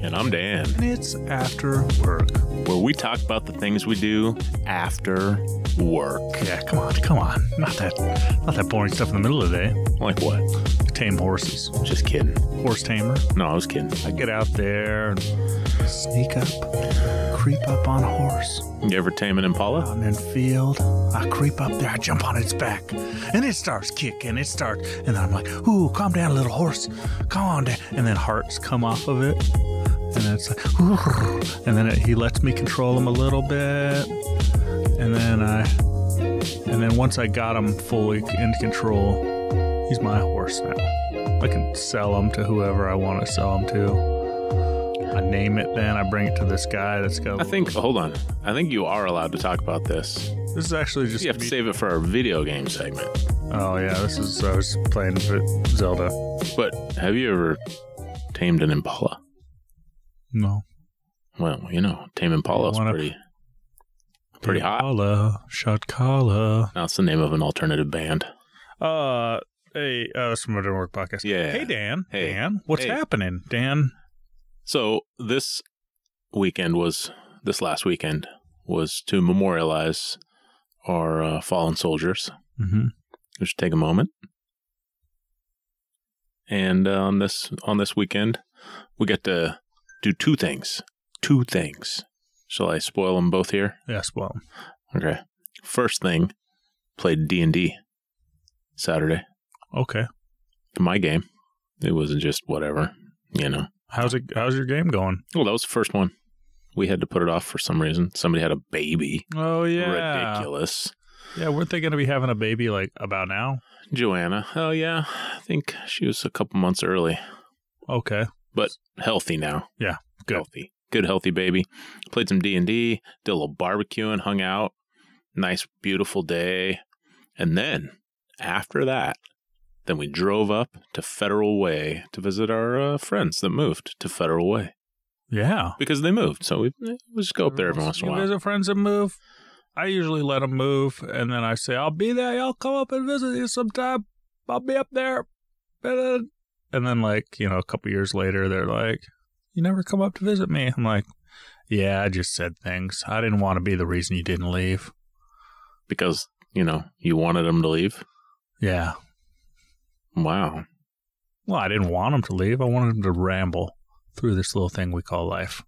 Dan, Minutes after work. where we talk about the things we do after work. Yeah, come on, come on. Not that, not that boring stuff in the middle of the day. Like what? Tame horses, Just kidding. horse tamer. No, I was kidding. I get out there and sneak up, creep up on a horse. You ever tame an impala? I'm in field. I creep up there. I jump on its back, and it starts kicking. It starts, and then I'm like, "Ooh, calm down, little horse. Calm on down." And then hearts come off of it, and it's like, "Ooh," and then it, he lets me control him a little bit, and then I, and then once I got him fully in control, he's my horse now. I can sell him to whoever I want to sell him to. I name it, then I bring it to this guy that's got. I think. Hold on. I think you are allowed to talk about this. this is actually just You have to me- save it for our video game segment. Oh yeah, this is I was playing Vi- Zelda. But have you ever tamed an impala? No, Well, you know, tame impala's Wanna- pretty. Pretty hot. Kala, shot Kala. That's the name of an alternative band. Uh, hey, uh, this is from Modern Work podcast. Yeah. Hey Dan. Hey. Dan, what's Hey. happening, Dan? So this weekend was this last weekend was to memorialize our uh, fallen soldiers. Mm-hmm. We should take a moment. And uh, on this on this weekend, we get to do two things. Two things. Shall I spoil them both here? Yes, well, Okay. First thing, played D and D Saturday. okay. My game. It wasn't just whatever, you know. How's it? How's your game going? Well, that was the first one. We had to put it off for some reason. Somebody had a baby. Oh yeah, Ridiculous. Yeah, weren't they going to be having a baby like about now? Joanna. Oh yeah, I think she was a couple months early. Okay. Healthy now. Yeah, good. Healthy. Good healthy baby. Played some D and D. Did a little barbecuing. Hung out. Nice beautiful day. And then after that, then we drove up to Federal Way to visit our uh, friends that moved to Federal Way Yeah. because they moved. So we, we just go up there every once in Mm, a You while. Visit friends and move. I usually let them move, and then I say, "I'll be there. Y'all come up and visit you sometime. I'll be up there." And then, and then like you know, a couple years later, they're like, "You never come up to visit me." I'm like, "Yeah, I just said things. I didn't want to be the reason you didn't leave." because you know you wanted them to leave. Yeah. Wow. Well, I didn't want them to leave. I wanted them to ramble through this little thing we call life.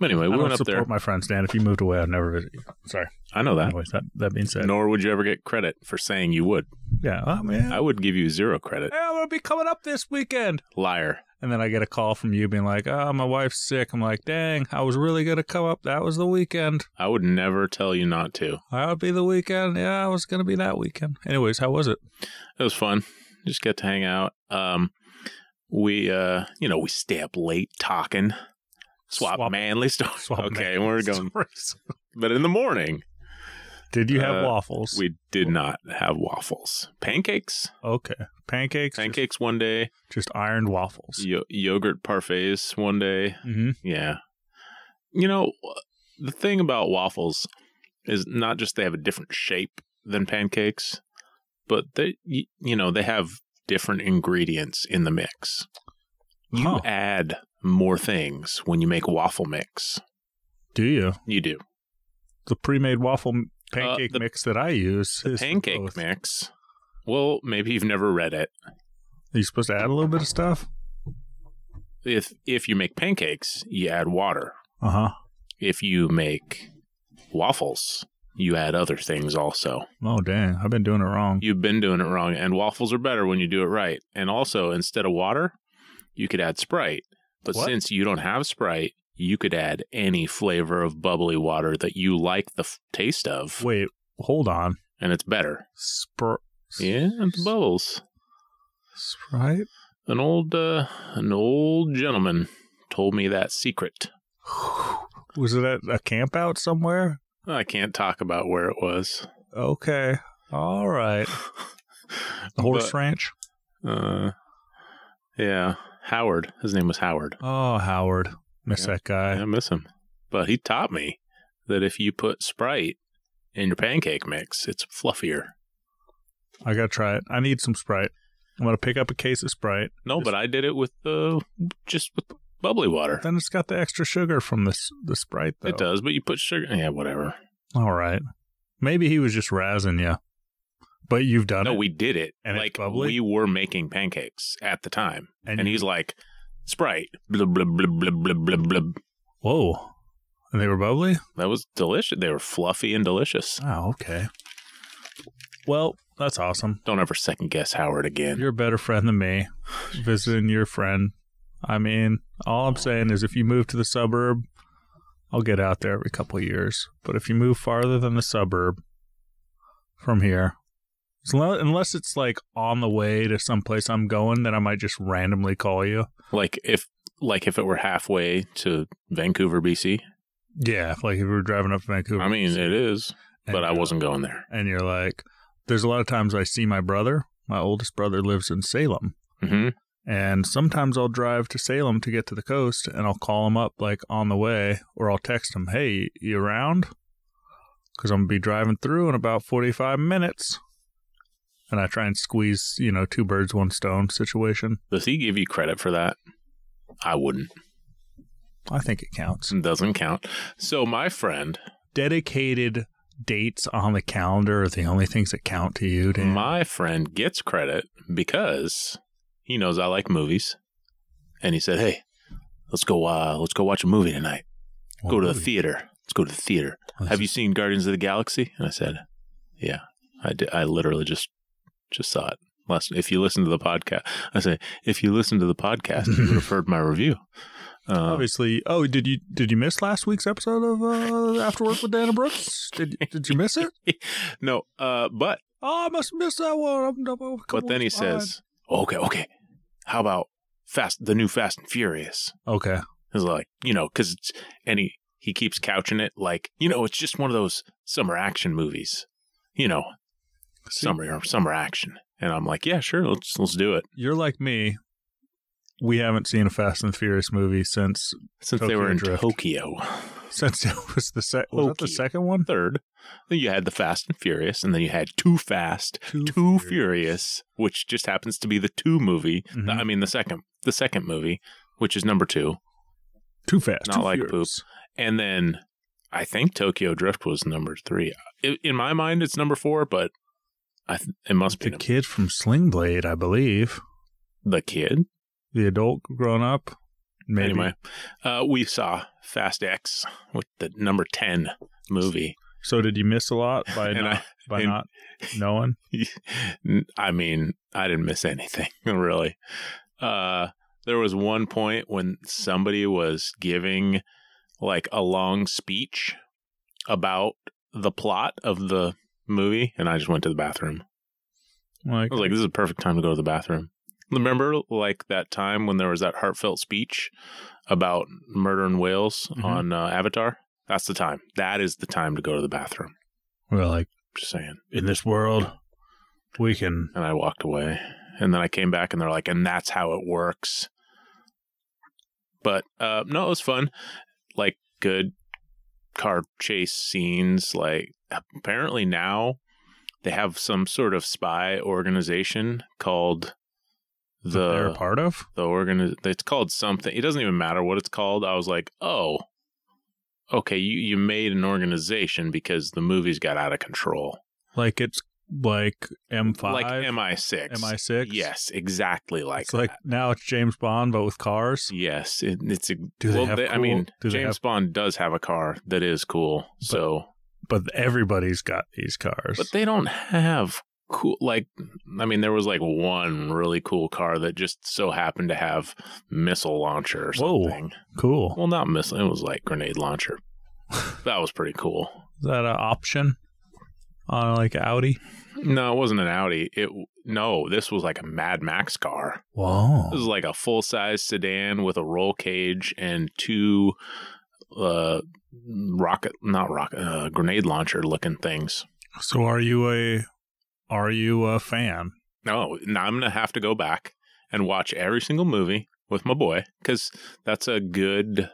Anyway, I we don't went up support there. my friends, Dan. If you moved away, I'd never visit you. Sorry. I know that. Anyways, that that being said, Nor would you ever get credit for saying you would. yeah, oh, man. I would give you zero credit. Hey, I'm gonna be coming up this weekend. Liar. And then I get a call from you being like, oh, my wife's sick. I'm like, dang, I was really going to come up. That was the weekend. I would never tell you not to. That would be the weekend. Yeah, I was going to be that weekend. Anyways, how was it? It was fun. Just got to hang out. Um, we, uh, you know, we stay up late talking. Swap, Swap- manly stories. swap okay, manly we're going. But in the morning, Did you have Uh, waffles? we did not have waffles. Pancakes. okay. Pancakes? Pancakes. Pancakes one day. Just, just ironed waffles. Yo- yogurt parfaits one day. Mm-hmm. Yeah. You know, the thing about waffles is not just they have a different shape than pancakes, but they y- you know, they have different ingredients in the mix. You Huh. add more things when you make waffle mix. Do you? You do. The pre made waffle m- pancake Uh, the- mix that I use is Pancake both. mix. Well, maybe you've never read it. Are you supposed to add a little bit of stuff? If if you make pancakes, you add water. Uh huh. If you make waffles, you add other things also. Oh, dang. I've been doing it wrong. you've been doing it wrong. And waffles are better when you do it right. And also, instead of water, you could add Sprite. But What? since you don't have Sprite, you could add any flavor of bubbly water that you like the f- taste of, Wait, hold on. and it's better. Spr- Yeah, it's bubbles. Sprite? An old, uh, an old gentleman told me that secret. Was it at a camp out somewhere? I can't talk about where it was. Okay. All right. The horse But- ranch? Uh, yeah, Howard. His name was Howard. Oh, Howard. Miss Yeah. that guy. I miss him. But he taught me that if you put Sprite in your pancake mix, it's fluffier. I got to try it. I need some Sprite. I'm gonna pick up a case of Sprite. No, but I did it with uh, just with bubbly water. Then it's got the extra sugar from this the Sprite though. It does, but you put sugar. Yeah, whatever. All right. Maybe he was just razzing you, but you've done No, it. we did it. And it's like bubbly? we were making pancakes at the time, and, and, you- he's like, Sprite, blub blub blub blub blub blub blub. whoa, and they were bubbly. That was delicious. They were fluffy and delicious. Oh, okay. Well, that's awesome. Don't ever second guess Howard again. You're a better friend than me. Visiting your friend. I mean, all I'm saying is if you move to the suburb, I'll get out there every couple of years. But if you move farther than the suburb from here, so unle- unless it's like on the way to someplace I'm going, then I might just randomly call you. Like if like if it were halfway to Vancouver, BC. Yeah, if, like if we were driving up to Vancouver. I mean, it is, and uh, but I you're- wasn't going there. And you're like, there's a lot of times I see my brother. My oldest brother lives in Salem. hmm And sometimes I'll drive to Salem to get to the coast and I'll call him up like on the way or I'll text him, hey, you around? Because I'm going to be driving through in about 45 minutes. And I try and squeeze, you know, two birds, one stone situation. Does he give you credit for that? I wouldn't. I think it counts. It doesn't count. So my friend, Dedicated dates on the calendar are the only things that count to you, Dan. my friend gets credit because he knows I like movies, and he said, "Hey, let's go. Uh, let's go watch a movie tonight. go to the theater. Let's go to the theater." Have you seen Guardians of the Galaxy? And I said, Yeah, I did. I literally just just saw it. Last, if you listen to the podcast, I say if you listen to the podcast, you would have heard my review. Uh, Obviously. Oh, did you did you miss last week's episode of uh, After Work with Dana Brooks? Did did you miss it? no, uh, but Oh, I must miss that one. I'm, oh, I'm, I'm a couple but then he weeks behind. says, okay, okay, how about Fast the new Fast and Furious? "Okay, It's like you know because it's and he he keeps couching it like you know it's just one of those summer action movies, you know summer summer action. And I'm like, yeah, sure, let's let's do it. you're like me. We haven't seen a Fast and Furious movie since Since they Tokyo were in Drift. Tokyo. since it was the sec- was that Tokyo. the second one? Third, then you had the Fast and Furious, and then you had Too Fast, Two, Too Furious, which just happens to be the two movie. Mhm. I mean, the second, the second movie, which is number two, Too fast, Not Too like Furious. and then I think Tokyo Drift was number three. I- In my mind, it's number four, but I th- it must be The the, kid from Sling Blade, I believe, the kid. the adult grown up. Maybe. Anyway, uh, we saw Fast X with the number ten movie. so did you miss a lot by And not, I- by and- not knowing? N- I mean, I didn't miss anything really. Uh, there was one point when somebody was giving like a long speech about the plot of the movie, and I just went to the bathroom. Like, I was like, "This is a perfect time to go to the bathroom." Remember, like that time when there was that heartfelt speech about murder in Wales Mhm. on uh, Avatar. That's the time. That is the time to go to the bathroom. we're like Just saying. in this world, we can. And I walked away. And then I came back and they're like, and that's how it works. But uh, no, it was fun. Like good car chase scenes. Like apparently now they have some sort of spy organization called they're the a part of. the organ it's called something it doesn't even matter what it's called i was like oh okay you, you made an organization because the movies got out of control Like it's like M five, like mi6 MI six. Yes, exactly like it's like that. now it's James Bond, but with cars. yes, it, it's a, Do they well. have they- I cool- mean, do they James have- Bond does have a car that is cool. So, But everybody's got these cars. but they don't have cool like. I mean, there was like one really cool car that just so happened to have missile launcher or Whoa. something. cool. Well, not missile. It was like grenade launcher. that was pretty cool. Is that an option on like Audi? No, it wasn't an Audi. It no, this was like a Mad Max car. This Whoa. is like a full size sedan with a roll cage and two uh rocket not rocket uh, grenade launcher looking things. So are you a are you a fan? No, now I'm gonna have to go back and watch every single movie with my boy because that's a good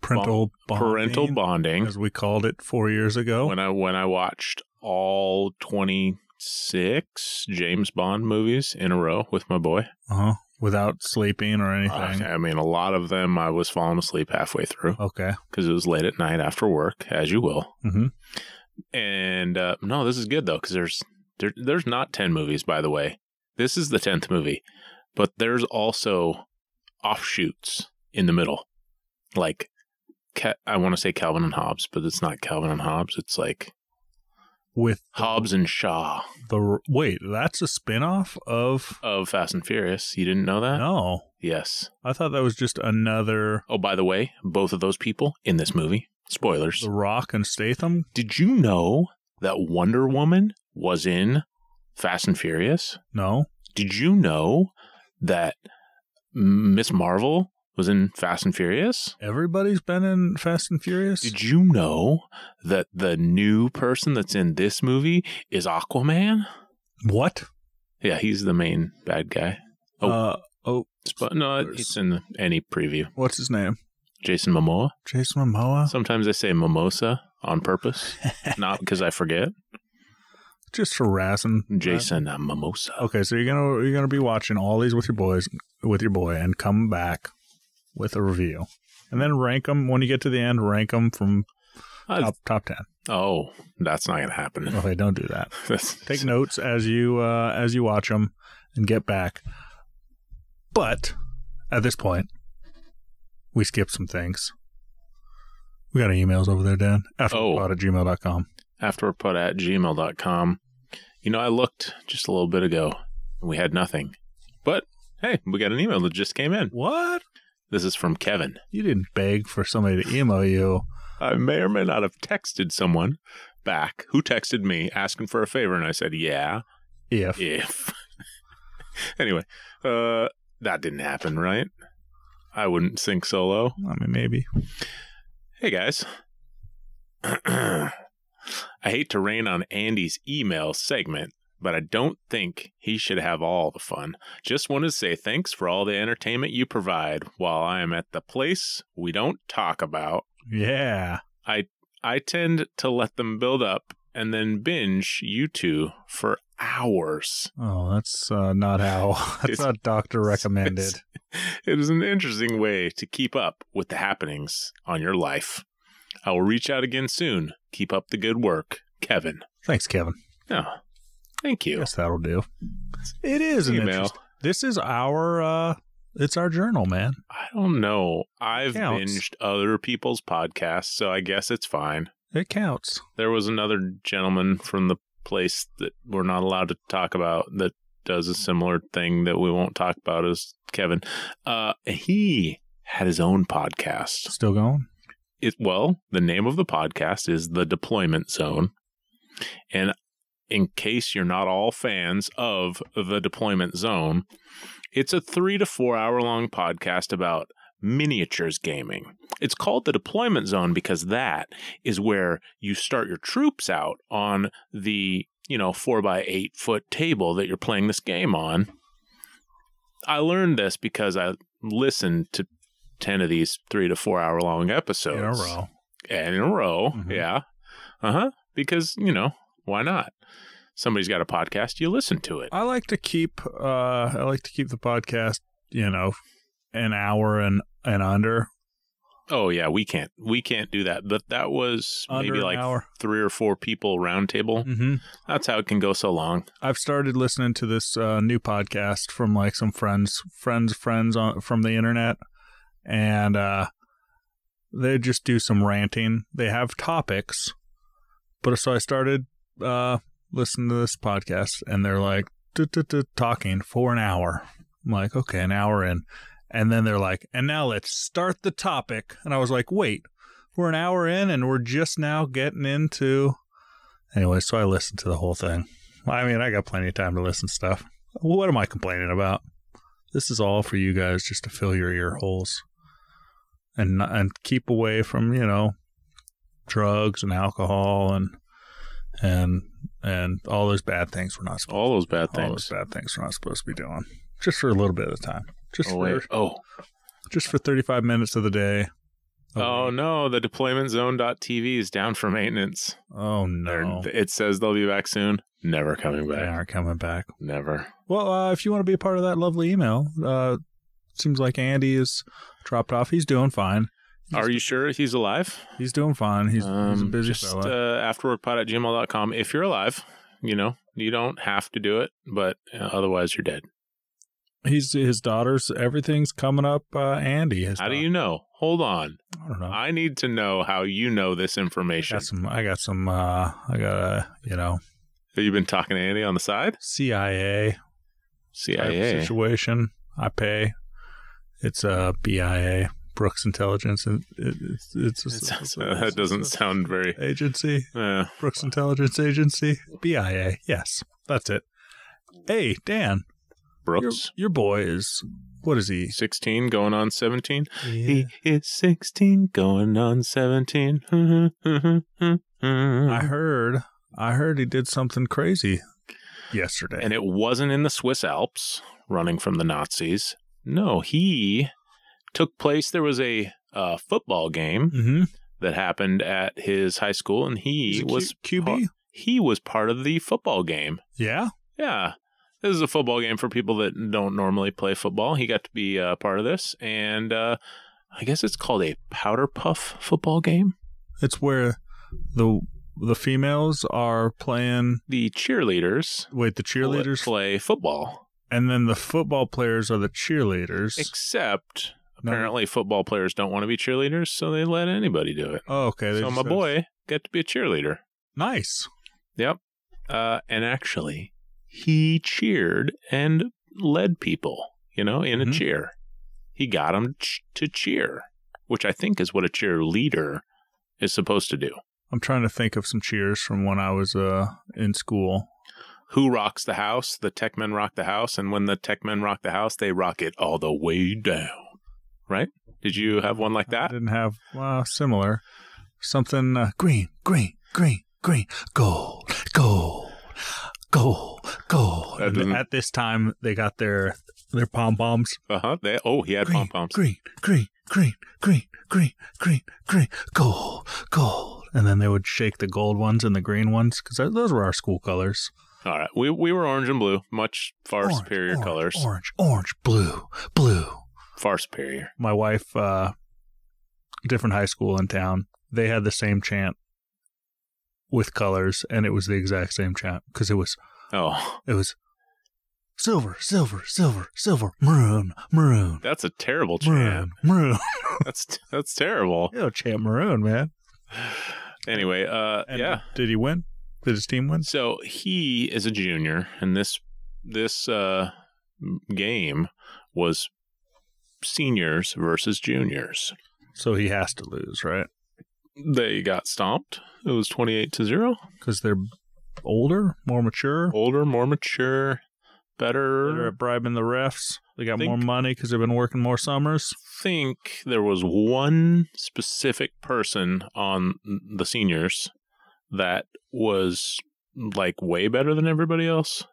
Parental bonding, parental bonding. Oh. as we called it four years ago. When I when I watched all 20 six James Bond movies in a row with my boy. Uh huh. Without sleeping or anything. Uh, I mean, a lot of them I was falling asleep halfway through Okay. because it was late at night after work, as you will. Mhm. And uh, no, this is good though because there's there, there's not ten movies, by the way. This is the tenth movie, but there's also offshoots in the middle, like Ca- I want to say Calvin and Hobbes, but it's not Calvin and Hobbes. It's like With Hobbes and Shaw the wait, that's a spinoff of of Fast and Furious. You didn't know that? no. Yes. I thought that was just another Oh, by the way, both of those people in this movie. Spoilers. The Rock and Statham. Did you know that Wonder Woman was in Fast and Furious? No, Did you know that Miss Marvel was in Fast and Furious? everybody's been in Fast and Furious. Did you know that the new person that's in this movie is Aquaman? what? Yeah, he's the main bad guy. Oh. Uh, oh, But no, it's in any preview. what's his name? Jason Momoa. Jason Momoa. Sometimes I say mimosa on purpose, not because I forget. Just harassing Jason uh, Mimosa. Okay, so you're gonna you're gonna be watching all these with your boys with your boy, and come back with a review, and then rank them when you get to the end. Rank them from Uh, top, top ten. Oh, that's not going to happen. Okay, don't do that. That's- Take notes as you uh, as you watch them and get back. But at this point, we skipped some things. We got our emails over there, Dan. Oh. Afterpod at gmail.com. afterpod at gmail.com. You know, I looked just a little bit ago and we had nothing. But hey, we got an email that just came in. What? This is from Kevin. You didn't beg for somebody to email you. I may or may not have texted someone back who texted me asking for a favor, and I said, yeah, If if. anyway, uh, that didn't happen, right? I wouldn't sink solo. I mean, maybe. Hey guys. I hate to rain on Andy's email segment, but I don't think he should have all the fun. Just want to say thanks for all the entertainment you provide while I am at the place we don't talk about. Yeah. I tend to let them build up and then binge you two for hours. Oh, that's uh, not how. That's It's- not doctor recommended. It is an interesting way to keep up with the happenings on your life. I will reach out again soon. Keep up the good work, Kevin. Thanks, Kevin. No. Thank you. Yes, that'll do. It is an Email. interest- This is our. uh It's our journal, man. I don't know. I've Counts. binged other people's podcasts, so I guess it's fine. It counts. There was another gentleman from the place that we're not allowed to talk about that does a similar thing that we won't talk about as Kevin. Uh, he had his own podcast. Still going. It well, the name of the podcast is The Deployment Zone. And in case you're not all fans of The Deployment Zone, it's a 3 to 4 hour long podcast about miniatures gaming. It's called The Deployment Zone because that is where you start your troops out on the, you know, 4 by 8 foot table that you're playing this game on. I learned this because I listened to 10 of these 3 to 4 hour long episodes in a row. and in a row. Mhm. Yeah. Uh huh. Because, you know, why not? Somebody's got a podcast, you listen to it. I like to keep. uh I like to keep the podcast. You know, an hour and and under. Oh yeah, we can't we can't do that. But that was Under maybe an like hour. three or four people round table. Mm-hmm. That's how it can go so long. I've started listening to this uh, new podcast from like some friends, friends, friends on from the internet, and uh, they just do some ranting. They have topics, but so I started uh, listening to this podcast, and they're like "Duh, duh, duh," talking for an hour. I'm like, okay, an hour in, and then they're like, and now let's start the topic. And I was like, wait, we're an hour in, and we're just now getting into. Anyway, so I listened to the whole thing. I mean, I got plenty of time to listen to stuff. What am I complaining about? This is all for you guys just to fill your ear holes and not, and keep away from, you know, drugs and alcohol and and and all those bad things we're not supposed All those bad all those things. bad things we're not supposed to be doing. Just for a little bit of the time. Just Oh for wait. Oh. just for 35 minutes of the day. Oh wait. no, the deployment zone.tv is down for maintenance. Oh They're- no. It says they'll be back soon. Never coming They back. aren't coming back. Never. Well, uh, if you want to be a part of that lovely email, uh, seems like Andy is dropped off. He's doing fine. He's- Are you sure he's alive? He's doing fine. He's, he's a Um, busy just fella. uh, afterworkpod at gmail.com. If you're alive, you know, you don't have to do it, but uh, otherwise you're dead. he's his daughter's. Everything's coming up. Uh, Andy. His How do daughter. you know? Hold on. I don't know. I need to know how you know this I information. got some. I got some. Uh, I got a you know Have you been talking to Andy on the side? CIA type CIA. situation. I pay. It's a BIA Brooks Intelligence, and it, it's it's, a- That sounds- that doesn't sound very. agency. Uh, Brooks Intelligence Agency, BIA. Yes, that's it. Hey, Dan, your, Brooks, your boy is what is he? 16 going on 17. He is 16 going on 17. and I mm-hmm. heard, I heard he did something crazy yesterday. it wasn't in the Swiss Alps running from the Nazis. No, he took place. There was a uh, football game mm-hmm. that happened at his high school, and he was Q- QB. part- he was part of the football game. yeah, Yeah. This is a football game for people that don't normally play football. He got to be a part of this, and uh, I guess it's called a powder puff football game. it's where the the females are playing. The cheerleaders Wait, the cheerleaders, play football, and then the football players are the cheerleaders. except No. apparently football players don't want to be cheerleaders, so they let anybody do it. Oh, okay. they so just my said- boy got to be a cheerleader. nice. Yep. Uh, and actually, he cheered and led people, you know, in a Mhm. cheer. He got them ch- to cheer, which I think is what a cheerleader is supposed to do. I'm trying to think of some cheers from when I was uh in school. Who rocks the house? The tech men rock the house. And when the tech men rock the house, they rock it all the way down. Right? Did you have one like I that? didn't have uh, similar something uh, green, green, green, green, gold, gold, gold, gold. That And doesn't- at this time, they got their their pom poms. Uh huh. They Oh, he had Green, pom poms. green, green, green, green, green, green, green, gold, gold. And then they would shake the gold ones and the green ones because those were our school colors. All right. We, we were orange and blue, much far Orange, superior orange, colors. Orange, orange, blue, blue. Far superior. my wife uh different high school in town they had the same chant with colors and it was the exact same chant because it was Oh, it was silver silver silver silver maroon maroon that's a terrible chant. maroon maroon That's that's terrible. you know chant maroon man Anyway, uh, And yeah. did he win did his team win So he is a junior, and this this uh, game was seniors versus juniors. so he has to lose right They got stomped. It was twenty eight to zero. because they're older more mature Older, more mature, they're better. at bribing the refs they got Think- more money because they've been working more summers think there was one specific person on the seniors that was like way better than everybody else.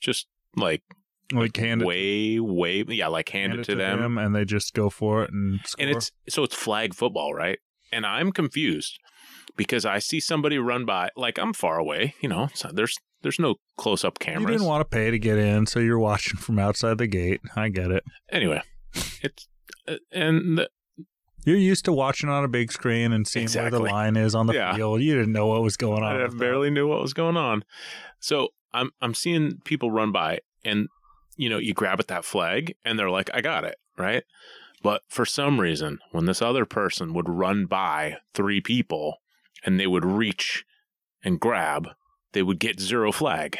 Just like like hand it, way, way, yeah, like hand, it, to, them. and they just go for it and score. And it's so it's flag football, right? And I'm confused because I see somebody run by, like I'm far away, you know. So there's there's no close up You cameras. didn't want to pay to get in, so you're watching from outside the gate. I get it. anyway, it's uh, and the, You're used to watching on a big screen and seeing where Exactly. the line is on the Yeah. field. You didn't know what was going on. I with that. barely knew what was going on. So I'm I'm seeing people run by, and you know you grab at that flag, and they're like, "I got it," right? But for some reason, when this other person would run by three people, and they would reach and grab, they would get zero flag.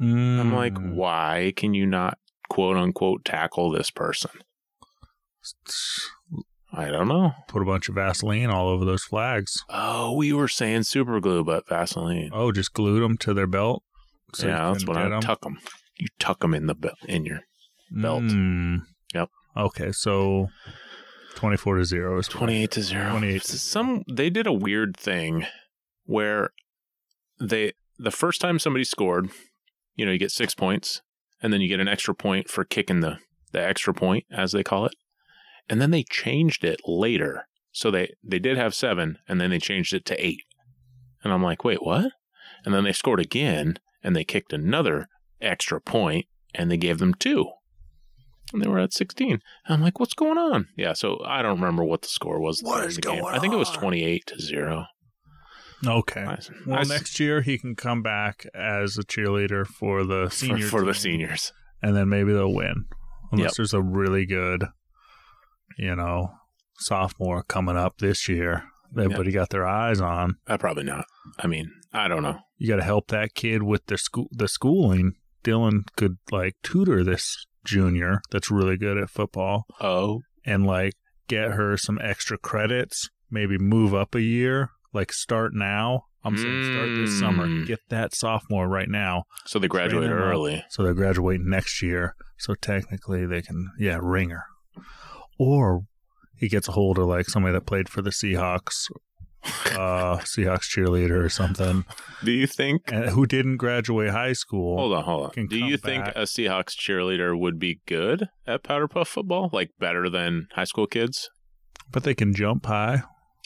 I'm like, Mm. why can you not quote unquote tackle this person? I don't know. Put a bunch of Vaseline all over those flags. Oh, we were saying super glue, but Vaseline. Oh, just glued them to their belt. so you yeah, that's couldn't what get I 'em? tuck them. You tuck them in the belt in your belt. Mm. Yep. Okay, so twenty-four to zero is what I- twenty-eight to zero. 28 to Some they did a weird thing where they the first time somebody scored, you know, you get six points, and then you get an extra point for kicking the the extra point as they call it, and then they changed it later So they they did have seven, and then they changed it to eight. And I'm like, wait, what? And then they scored again, and they kicked another extra point, and they gave them two. And they were at 16. And I'm like, what's going on? Yeah, so I don't remember what the score was. at the What end of is the game. going I think it was on? 28 to 0. Okay. I- Well, I s- next year he can come back as a cheerleader for the for- senior for the team, seniors. and then maybe they'll win. Unless Yep. there's a really good, you know, sophomore coming up this year. that Everybody got their eyes on. Uh, probably not. I mean, I don't know. You got to help that kid with their school, the schooling. Dylan could like tutor this junior that's really good at football Oh, and like get her some extra credits. Maybe move up a year. Like start now. I'm saying start this summer. Mm. Get that sophomore right now. so they graduated Train them up. early. So they're graduating next year. So technically they can, yeah, ring her. Or he gets a hold of like somebody that played for the Seahawks, uh, Seahawks cheerleader or something, Do you think? and who didn't graduate high school. Hold on, hold on. can Do you come think back. a Seahawks cheerleader would be good at powder puff football? Like better than high school kids? But they can jump high.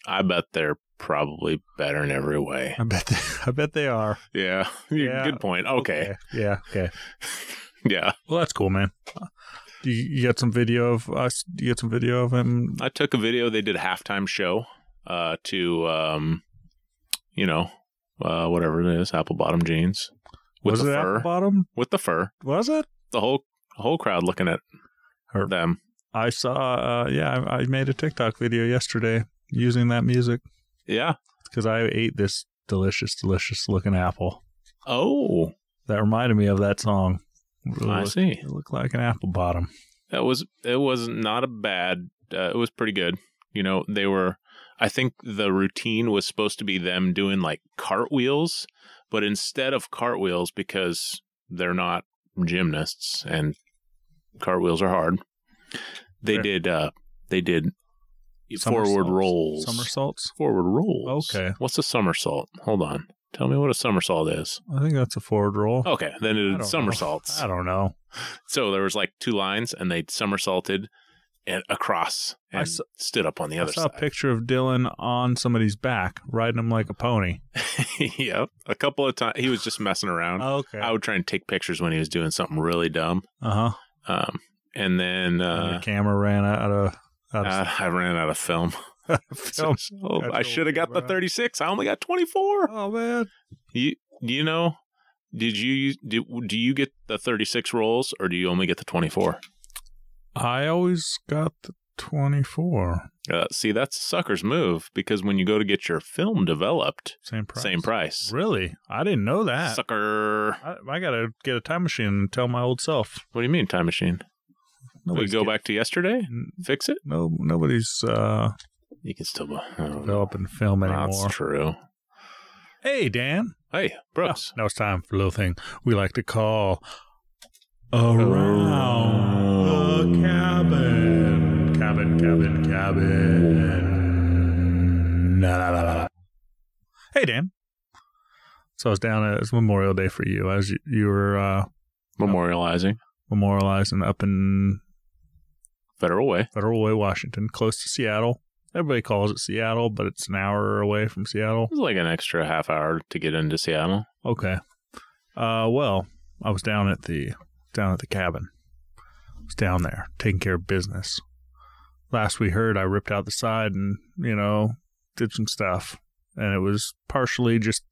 I bet they're probably better in every way. I bet they, I bet they are. Yeah. Yeah. Good point. Okay. Yeah. Okay. Yeah. Well, that's cool, man. Do you, you got some video of us? Do you get some video of him? I took a video. They did a halftime show uh, to, um, you know, uh, whatever it is, apple bottom jeans with Was the it fur. apple bottom? with the fur. Was it? The whole whole crowd looking at Her- them. I saw. Uh, yeah, I, I made a TikTok video yesterday using that music. Yeah. because I ate this delicious, delicious looking apple. Oh, That reminded me of that song. It I looked- see. It looked like an apple bottom. That was it was not a bad. Uh, it was pretty good. You know, they were. I think the routine was supposed to be them doing like cartwheels, but instead of cartwheels, because they're not gymnasts and cartwheels are hard, they Fair. did. uh They did forward Somersaults. rolls. Somersaults. Forward rolls. Okay. What's a somersault? Hold on. Tell me what a somersault is. I think that's a forward roll. Okay, then I it don't know. did somersaults. I don't know. So there was like two lines, and they somersaulted and across I and saw- stood up on the I other saw a side. picture of Dylan on somebody's back, riding him like a pony. yep, a couple of times he was just messing around. Okay. Um, I Uh would try and take pictures when he was doing something really dumb. huh. Um, and then the uh, camera ran out of. Out of I, I ran out of film. film. So- so That's I all should have got the right. 36. I only got 24. Oh man. You you know, did you use- do, do you get the 36 rolls or do you only get the 24? I always got the twenty-four. Uh, see, that's a sucker's move because when you go to get your film developed, Same price. same price. Really? I didn't know that. Sucker. I, I gotta get a time machine and tell my old self. What do you mean, time machine? Nobody's we go getting- back to yesterday? N- Fix it? No, nobody's uh, You can still. I don't know. developing film anymore. That's true. Hey, Dan. Hey, Brooks. Now it's time for a little thing we like to call Oh. around the cabin, cabin, cabin, cabin. Na, na, na, na, na. Hey, Dan. So I was down at it's Memorial Day for you. I was you were uh, Memorializing memorializing up in Federal Way. Federal Way, Washington, close to Seattle. Everybody calls it Seattle, but it's an hour away from Seattle. It was like an extra half hour to get into Seattle. Okay. Uh, well, I was down at the down at the cabin. I was down there taking care of business. Last we heard, I ripped out the side and you know did some stuff, and it was partially just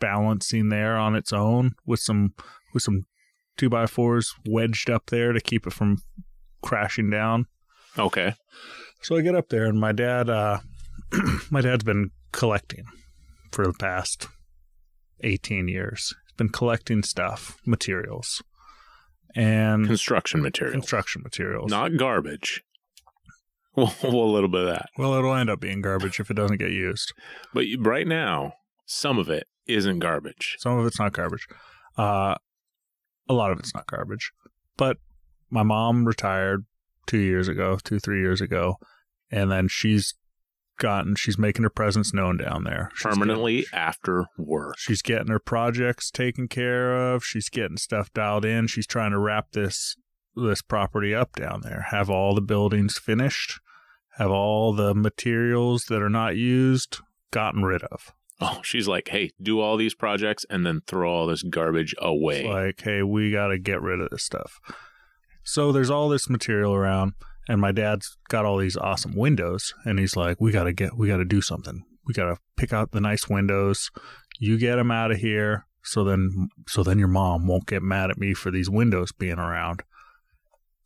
balancing there on its own with some with some two by fours wedged up there to keep it from crashing down. Okay. So I get up there, and my dad, uh, my dad's been collecting for the past eighteen years. He's been collecting stuff, materials, and Construction material, Hmm. construction materials. not garbage. Well, a little bit of that. well, it'll end up being garbage if it doesn't get used. But you- right now, some of it isn't garbage. Some of it's not garbage. Uh, a lot of it's not garbage. But my mom retired two years ago, two, three years ago. And then she's gotten, she's making her presence known down there. She's Permanently after work. She's getting her projects taken care of. She's getting stuff dialed in. She's trying to wrap this this property up down there. Have all the buildings finished. have all the materials that are not used gotten rid of. Oh, she's like, hey, do all these projects and then throw all this garbage It's away. like, hey, we got to get rid of this stuff. So there's all this material around, and my dad's got all these awesome windows, and he's like, we got to get, we got to do something. We got to pick out the nice windows. You get them out of here, so then, so then your mom won't get mad at me for these windows being around.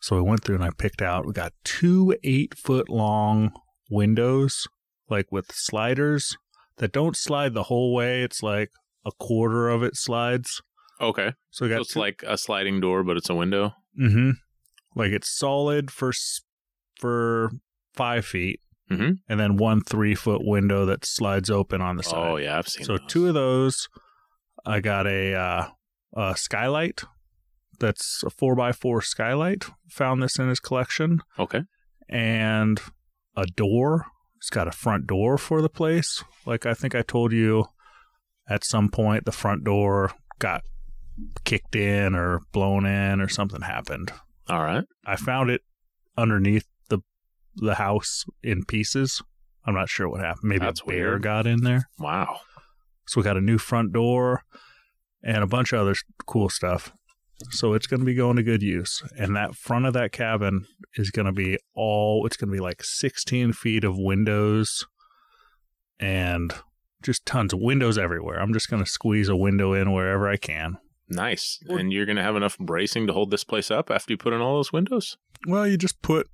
So I went through and I picked out. We got two eight foot long windows, like with sliders that don't slide the whole way. It's like a quarter of it slides. okay. So we got So it's two- like a sliding door, but it's a window. Mm-hmm. Like it's solid for s- for five feet, Mhm. and then one three foot window that slides open on the Oh, side. yeah. I've seen so those. two of those. I got a uh, a skylight. That's a four by four skylight. Found this in his collection, Okay. and a door. It's got a front door for the place. Like I think I told you, at some point the front door got kicked in or blown in or something happened. All right. I found it underneath the the house in pieces. I'm not sure what happened. Maybe That's a bear weird. got in there. Wow. So we got a new front door and a bunch of other s- cool stuff. So it's going to be going to good use. And that front of that cabin is going to be all, it's going to be like 16 feet of windows and just tons of windows everywhere. I'm just going to squeeze a window in wherever I can. Nice. Or- and you're going to have enough bracing to hold this place up after you put in all those windows? Well, you just put,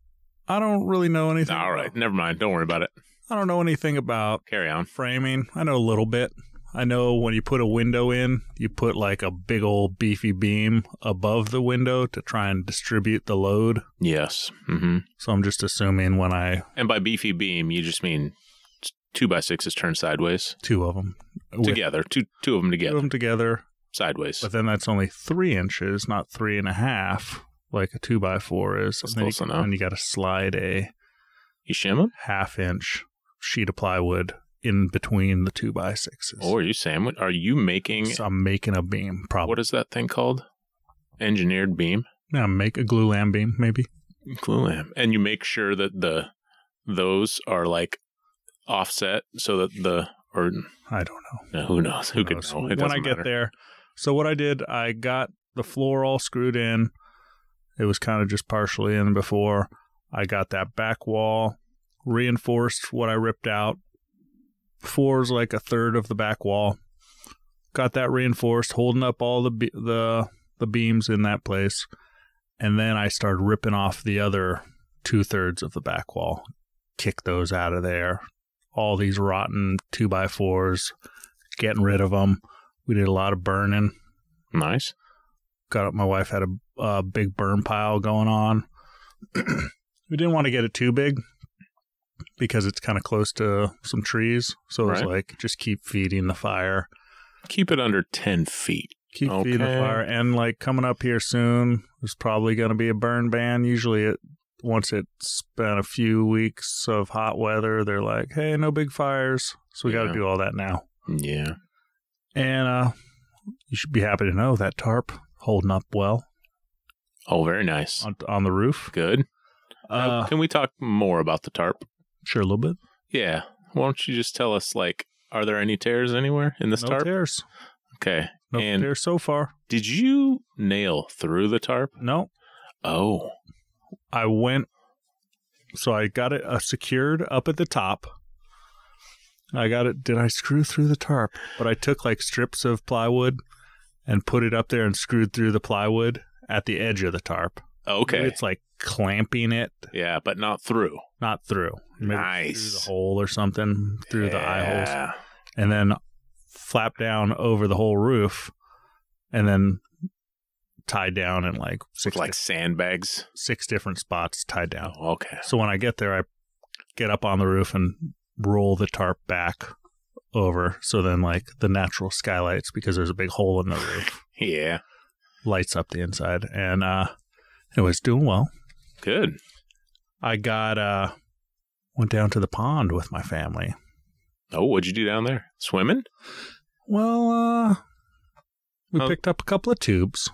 I don't really know anything. All right. Never mind. Don't worry about it. I don't know anything about Carry on. framing. I know a little bit. I know when you put a window in, you put like a big old beefy beam above the window to try and distribute the load. Yes. hmm So I'm just assuming when I And by beefy beam, you just mean t- two by sixes turned sideways two of them with together, two two of them two together of them together, sideways. but then that's only three inches, not three and a half, like a two by four is. That's and then close you, enough. and you got to slide a You shim 'em? half inch sheet of plywood in between the two by sixes. or you sandwich? Are you making so I'm making a beam, probably. what is that thing called? Engineered beam, yeah, make a glue lamb beam, maybe. glue lamp, and you make sure that the those are like offset so that the or I don't know. no, who knows who could knows? know when I get there. So what I did, I got the floor all screwed in. It was kind of just partially in before. I got that back wall reinforced. What I ripped out, four's like a third of the back wall. Got that reinforced, holding up all the be- the the beams in that place, and then I started ripping off the other two thirds of the back wall. Kick those out of there. All these rotten two by fours, getting rid of them. We did a lot of burning. Nice. Got my wife had a, a big burn pile going on. we didn't want to get it too big because it's kind of close to some trees. So it's Right. like just keep feeding the fire, Keep it under ten feet. keep feeding the Okay. fire, and like coming up here soon there's probably going to be a burn ban. Usually, it once it's been a few weeks of hot weather, they're like, hey, no big fires. So we got to Yeah. do all that now. Yeah. And uh, you should be happy to know that tarp holding up well Oh, very nice. on, on the roof. Good. Uh, Can we talk more about the tarp? sure, a little bit. Yeah. Why don't you just tell us, like, are there any tears anywhere in this no tarp? tears. Okay. No And- tears so far. Did you nail through the tarp? No, Oh, I went. So I got it uh, secured up at the top. I got it. Did I screw through the tarp? But I took like strips of plywood and put it up there and screwed through the plywood at the edge of the tarp. okay. It's like clamping it, yeah, but not through. not through. Maybe Through the Nice. hole or something, through the eye holes. Yeah. and then flap down over the whole roof and then tied down in like With six like sandbags. six different spots tied down. Oh, okay. So when I get there I get up on the roof and roll the tarp back over so then like the natural skylights because there's a big hole in the roof Yeah. lights up the inside and uh it was doing well. Good. I got uh went down to the pond with my family. Oh, what'd you do down there? Swimming? Well, uh, we Oh. picked up a couple of tubes.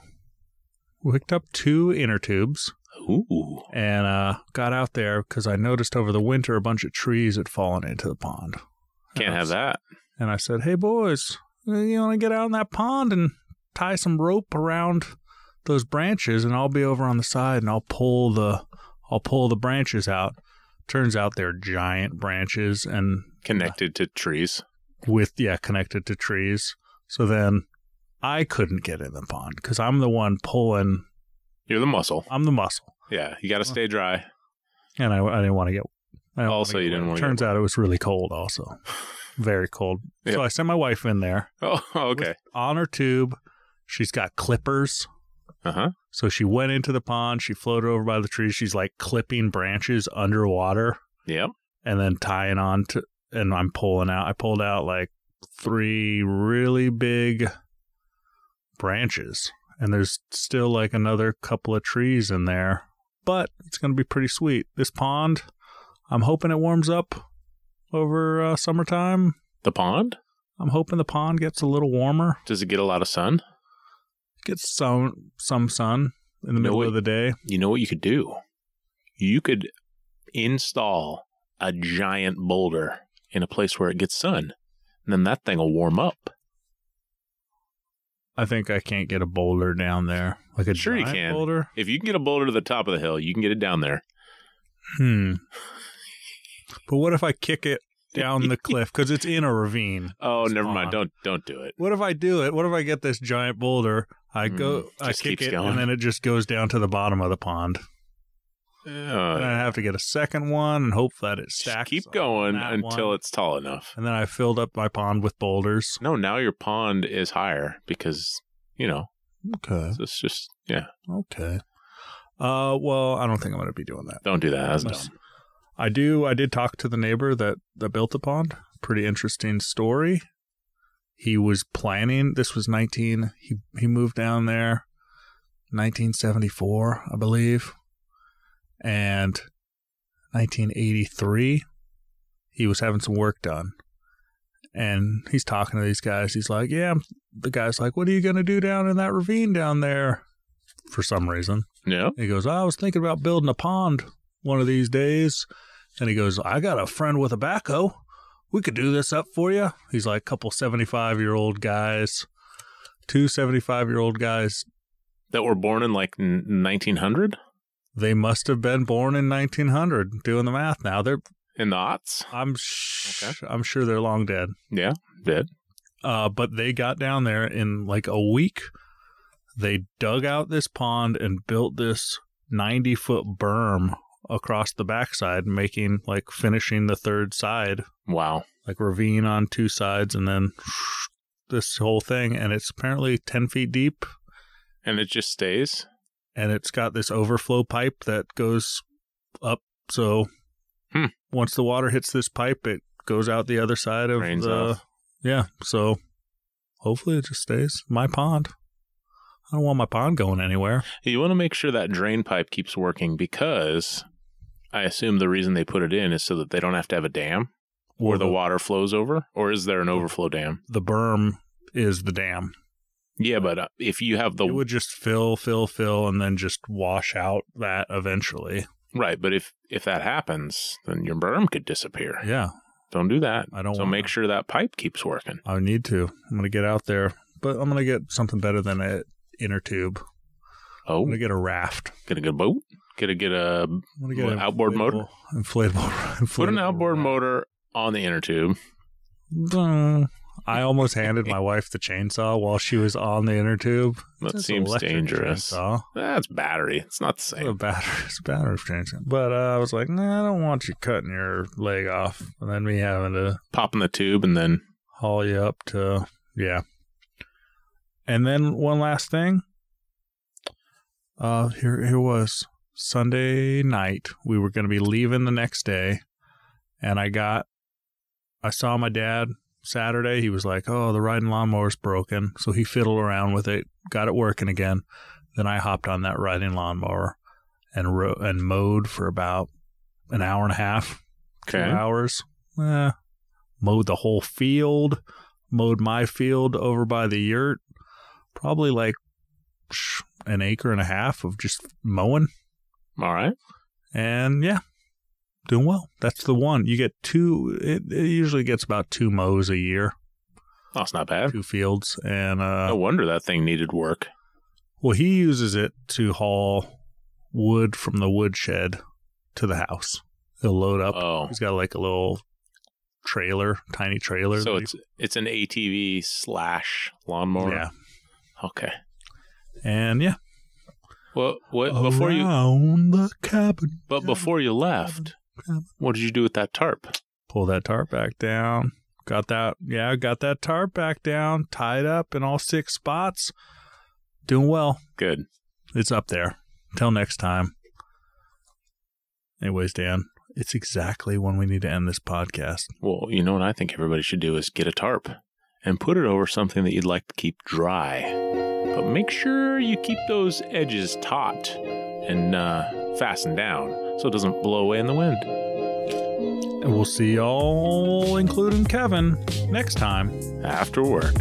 We picked up two inner tubes. Ooh. and uh, got out there because I noticed over the winter a bunch of trees had fallen into the pond. Can't And I have was- that. And I said, "Hey boys, you want to get out in that pond and tie some rope around those branches, and I'll be over on the side and I'll pull the I'll pull the branches out." Turns out they're giant branches and Connected to trees. with yeah connected to trees. So then I couldn't get in the pond because I'm the one pulling. You're the muscle. I'm the muscle. Yeah. You got to stay dry. and I, I didn't want to get. I don't Also, wanna get you didn't wet. wanna get Turns out it was really cold. Also, very cold. Yeah. So I sent my wife in there Oh, okay. on her tube. She's got clippers, Uh huh. so she went into the pond. She floated over by the trees. She's like clipping branches underwater Yep. and then tying on to. And I'm pulling out. I pulled out like three really big branches, and there's still like another couple of trees in there. But it's going to be pretty sweet. This pond, I'm hoping it warms up over uh, summertime. The pond? I'm hoping the pond gets a little warmer, Does it get a lot of sun? gets some some sun in the No, middle it- of the day. You know what you could do? You could install a giant boulder in a place where it gets sun. And then that thing will warm up. I think I can't get a boulder down there, like a Sure you giant can. boulder. If you can get a boulder to the top of the hill, you can get it down there. Hmm. But what if I kick it down the cliff because it's in a ravine? Oh, It's never mind. on. Don't don't do it. What if I do it? What if I get this giant boulder? I go, Mm, I just kick keeps it, going. and then it just goes down to the bottom of the pond. and Uh, I have to get a second one and hope that it just stacks. keep on going that until one. it's tall enough. And then I filled up my pond with boulders. No, now your pond is higher because you know Okay, it's just yeah. okay. Uh, well, I don't think I'm going to be doing that. Don't do that. That's Unless- dumb. I do. I did talk to the neighbor that that built the pond. Pretty interesting story. He was planning. This was 19. He he moved down there, 1974, I believe, and 1983. He was having some work done, and he's talking to these guys. He's like, "Yeah." I'm- The guy's like, "What are you gonna do down in that ravine down there?" For some reason, Yeah. he goes, I was thinking about building a pond one of these days. And he goes, I got a friend with a backhoe. We could do this up for you. He's like a couple 75 year old guys, two 75 year old guys. That were born in like n- 1900 They must have been born in 1900. Doing the math now, they're in the aughts. I'm sh- I'm sure they're long dead. Yeah, dead. Uh, but they got down there in like a week. They dug out this pond and built this 90 foot berm across the backside, making like finishing the third side, Wow. like ravine on two sides, and then this whole thing. And it's apparently 10 feet deep. And it just stays. And it's got this overflow pipe that goes up. So Hmm. once the water hits this pipe, it goes out the other side of Drains the. off. Yeah. So hopefully it just stays my pond. I don't want my pond going anywhere. You want to make sure that drain pipe keeps working because I assume the reason they put it in is so that they don't have to have a dam where the water flows over, or is there an overflow dam? the berm is the dam. Yeah, but uh, if you have the it would just fill, fill, fill, and then just wash out that eventually. right, but if if that happens, then your berm could disappear. Yeah. Don't do that. I don't So want make sure that pipe keeps working. I need to. I'm gonna get out there. But I'm gonna get something better than an inner tube. Oh, I'm gonna get a raft. gonna get a boat. Gonna get a I'm gonna get What, an outboard motor? Inflatable. Inflatable. inflatable put an outboard raft. motor on the inner tube. Dun. Uh, I almost handed my wife the chainsaw while she was on the inner tube. That It's an seems electric Oh. dangerous. chainsaw. That's battery. It's not the same. A battery, it's a battery chainsaw. But uh, I was like, nah, I don't want you cutting your leg off and then me having to Pop in the tube and then haul you up to yeah. And then one last thing. Uh, here here was Sunday night. We were going to be leaving the next day, and I got, I saw my dad Saturday. He was like, "Oh, the riding lawnmower's broken," so he fiddled around with it, got it working again. Then I hopped on that riding lawnmower and ro- and mowed for about an hour and a half two okay. hours. Eh, mowed the whole field, mowed my field over by the yurt. Probably like psh, an acre and a half of just mowing. All right. and yeah, doing well. That's the one. You get two. It, it usually gets about two mows a year, That's not bad. two fields, and No uh, wonder that thing needed work. well, he uses it to haul wood from the woodshed to the house. He'll load up. Oh, He's got like a little trailer, tiny trailer. so that he- it's it's an ATV slash lawnmower. yeah, Okay. and yeah, Well, what Oh, before you around the cabin, but before you left, Yeah. what did you do with that tarp? pull that tarp back down. Got that? Yeah, got that tarp back down, tied up in all six spots. Doing well. Good. It's up there. Till next time. Anyways, Dan, it's exactly when we need to end this podcast. Well, you know what I think everybody should do is get a tarp and put it over something that you'd like to keep dry. But make sure you keep those edges taut and uh, fastened down so it doesn't blow away in the wind. And we'll see y'all, including Kevin, next time. After work.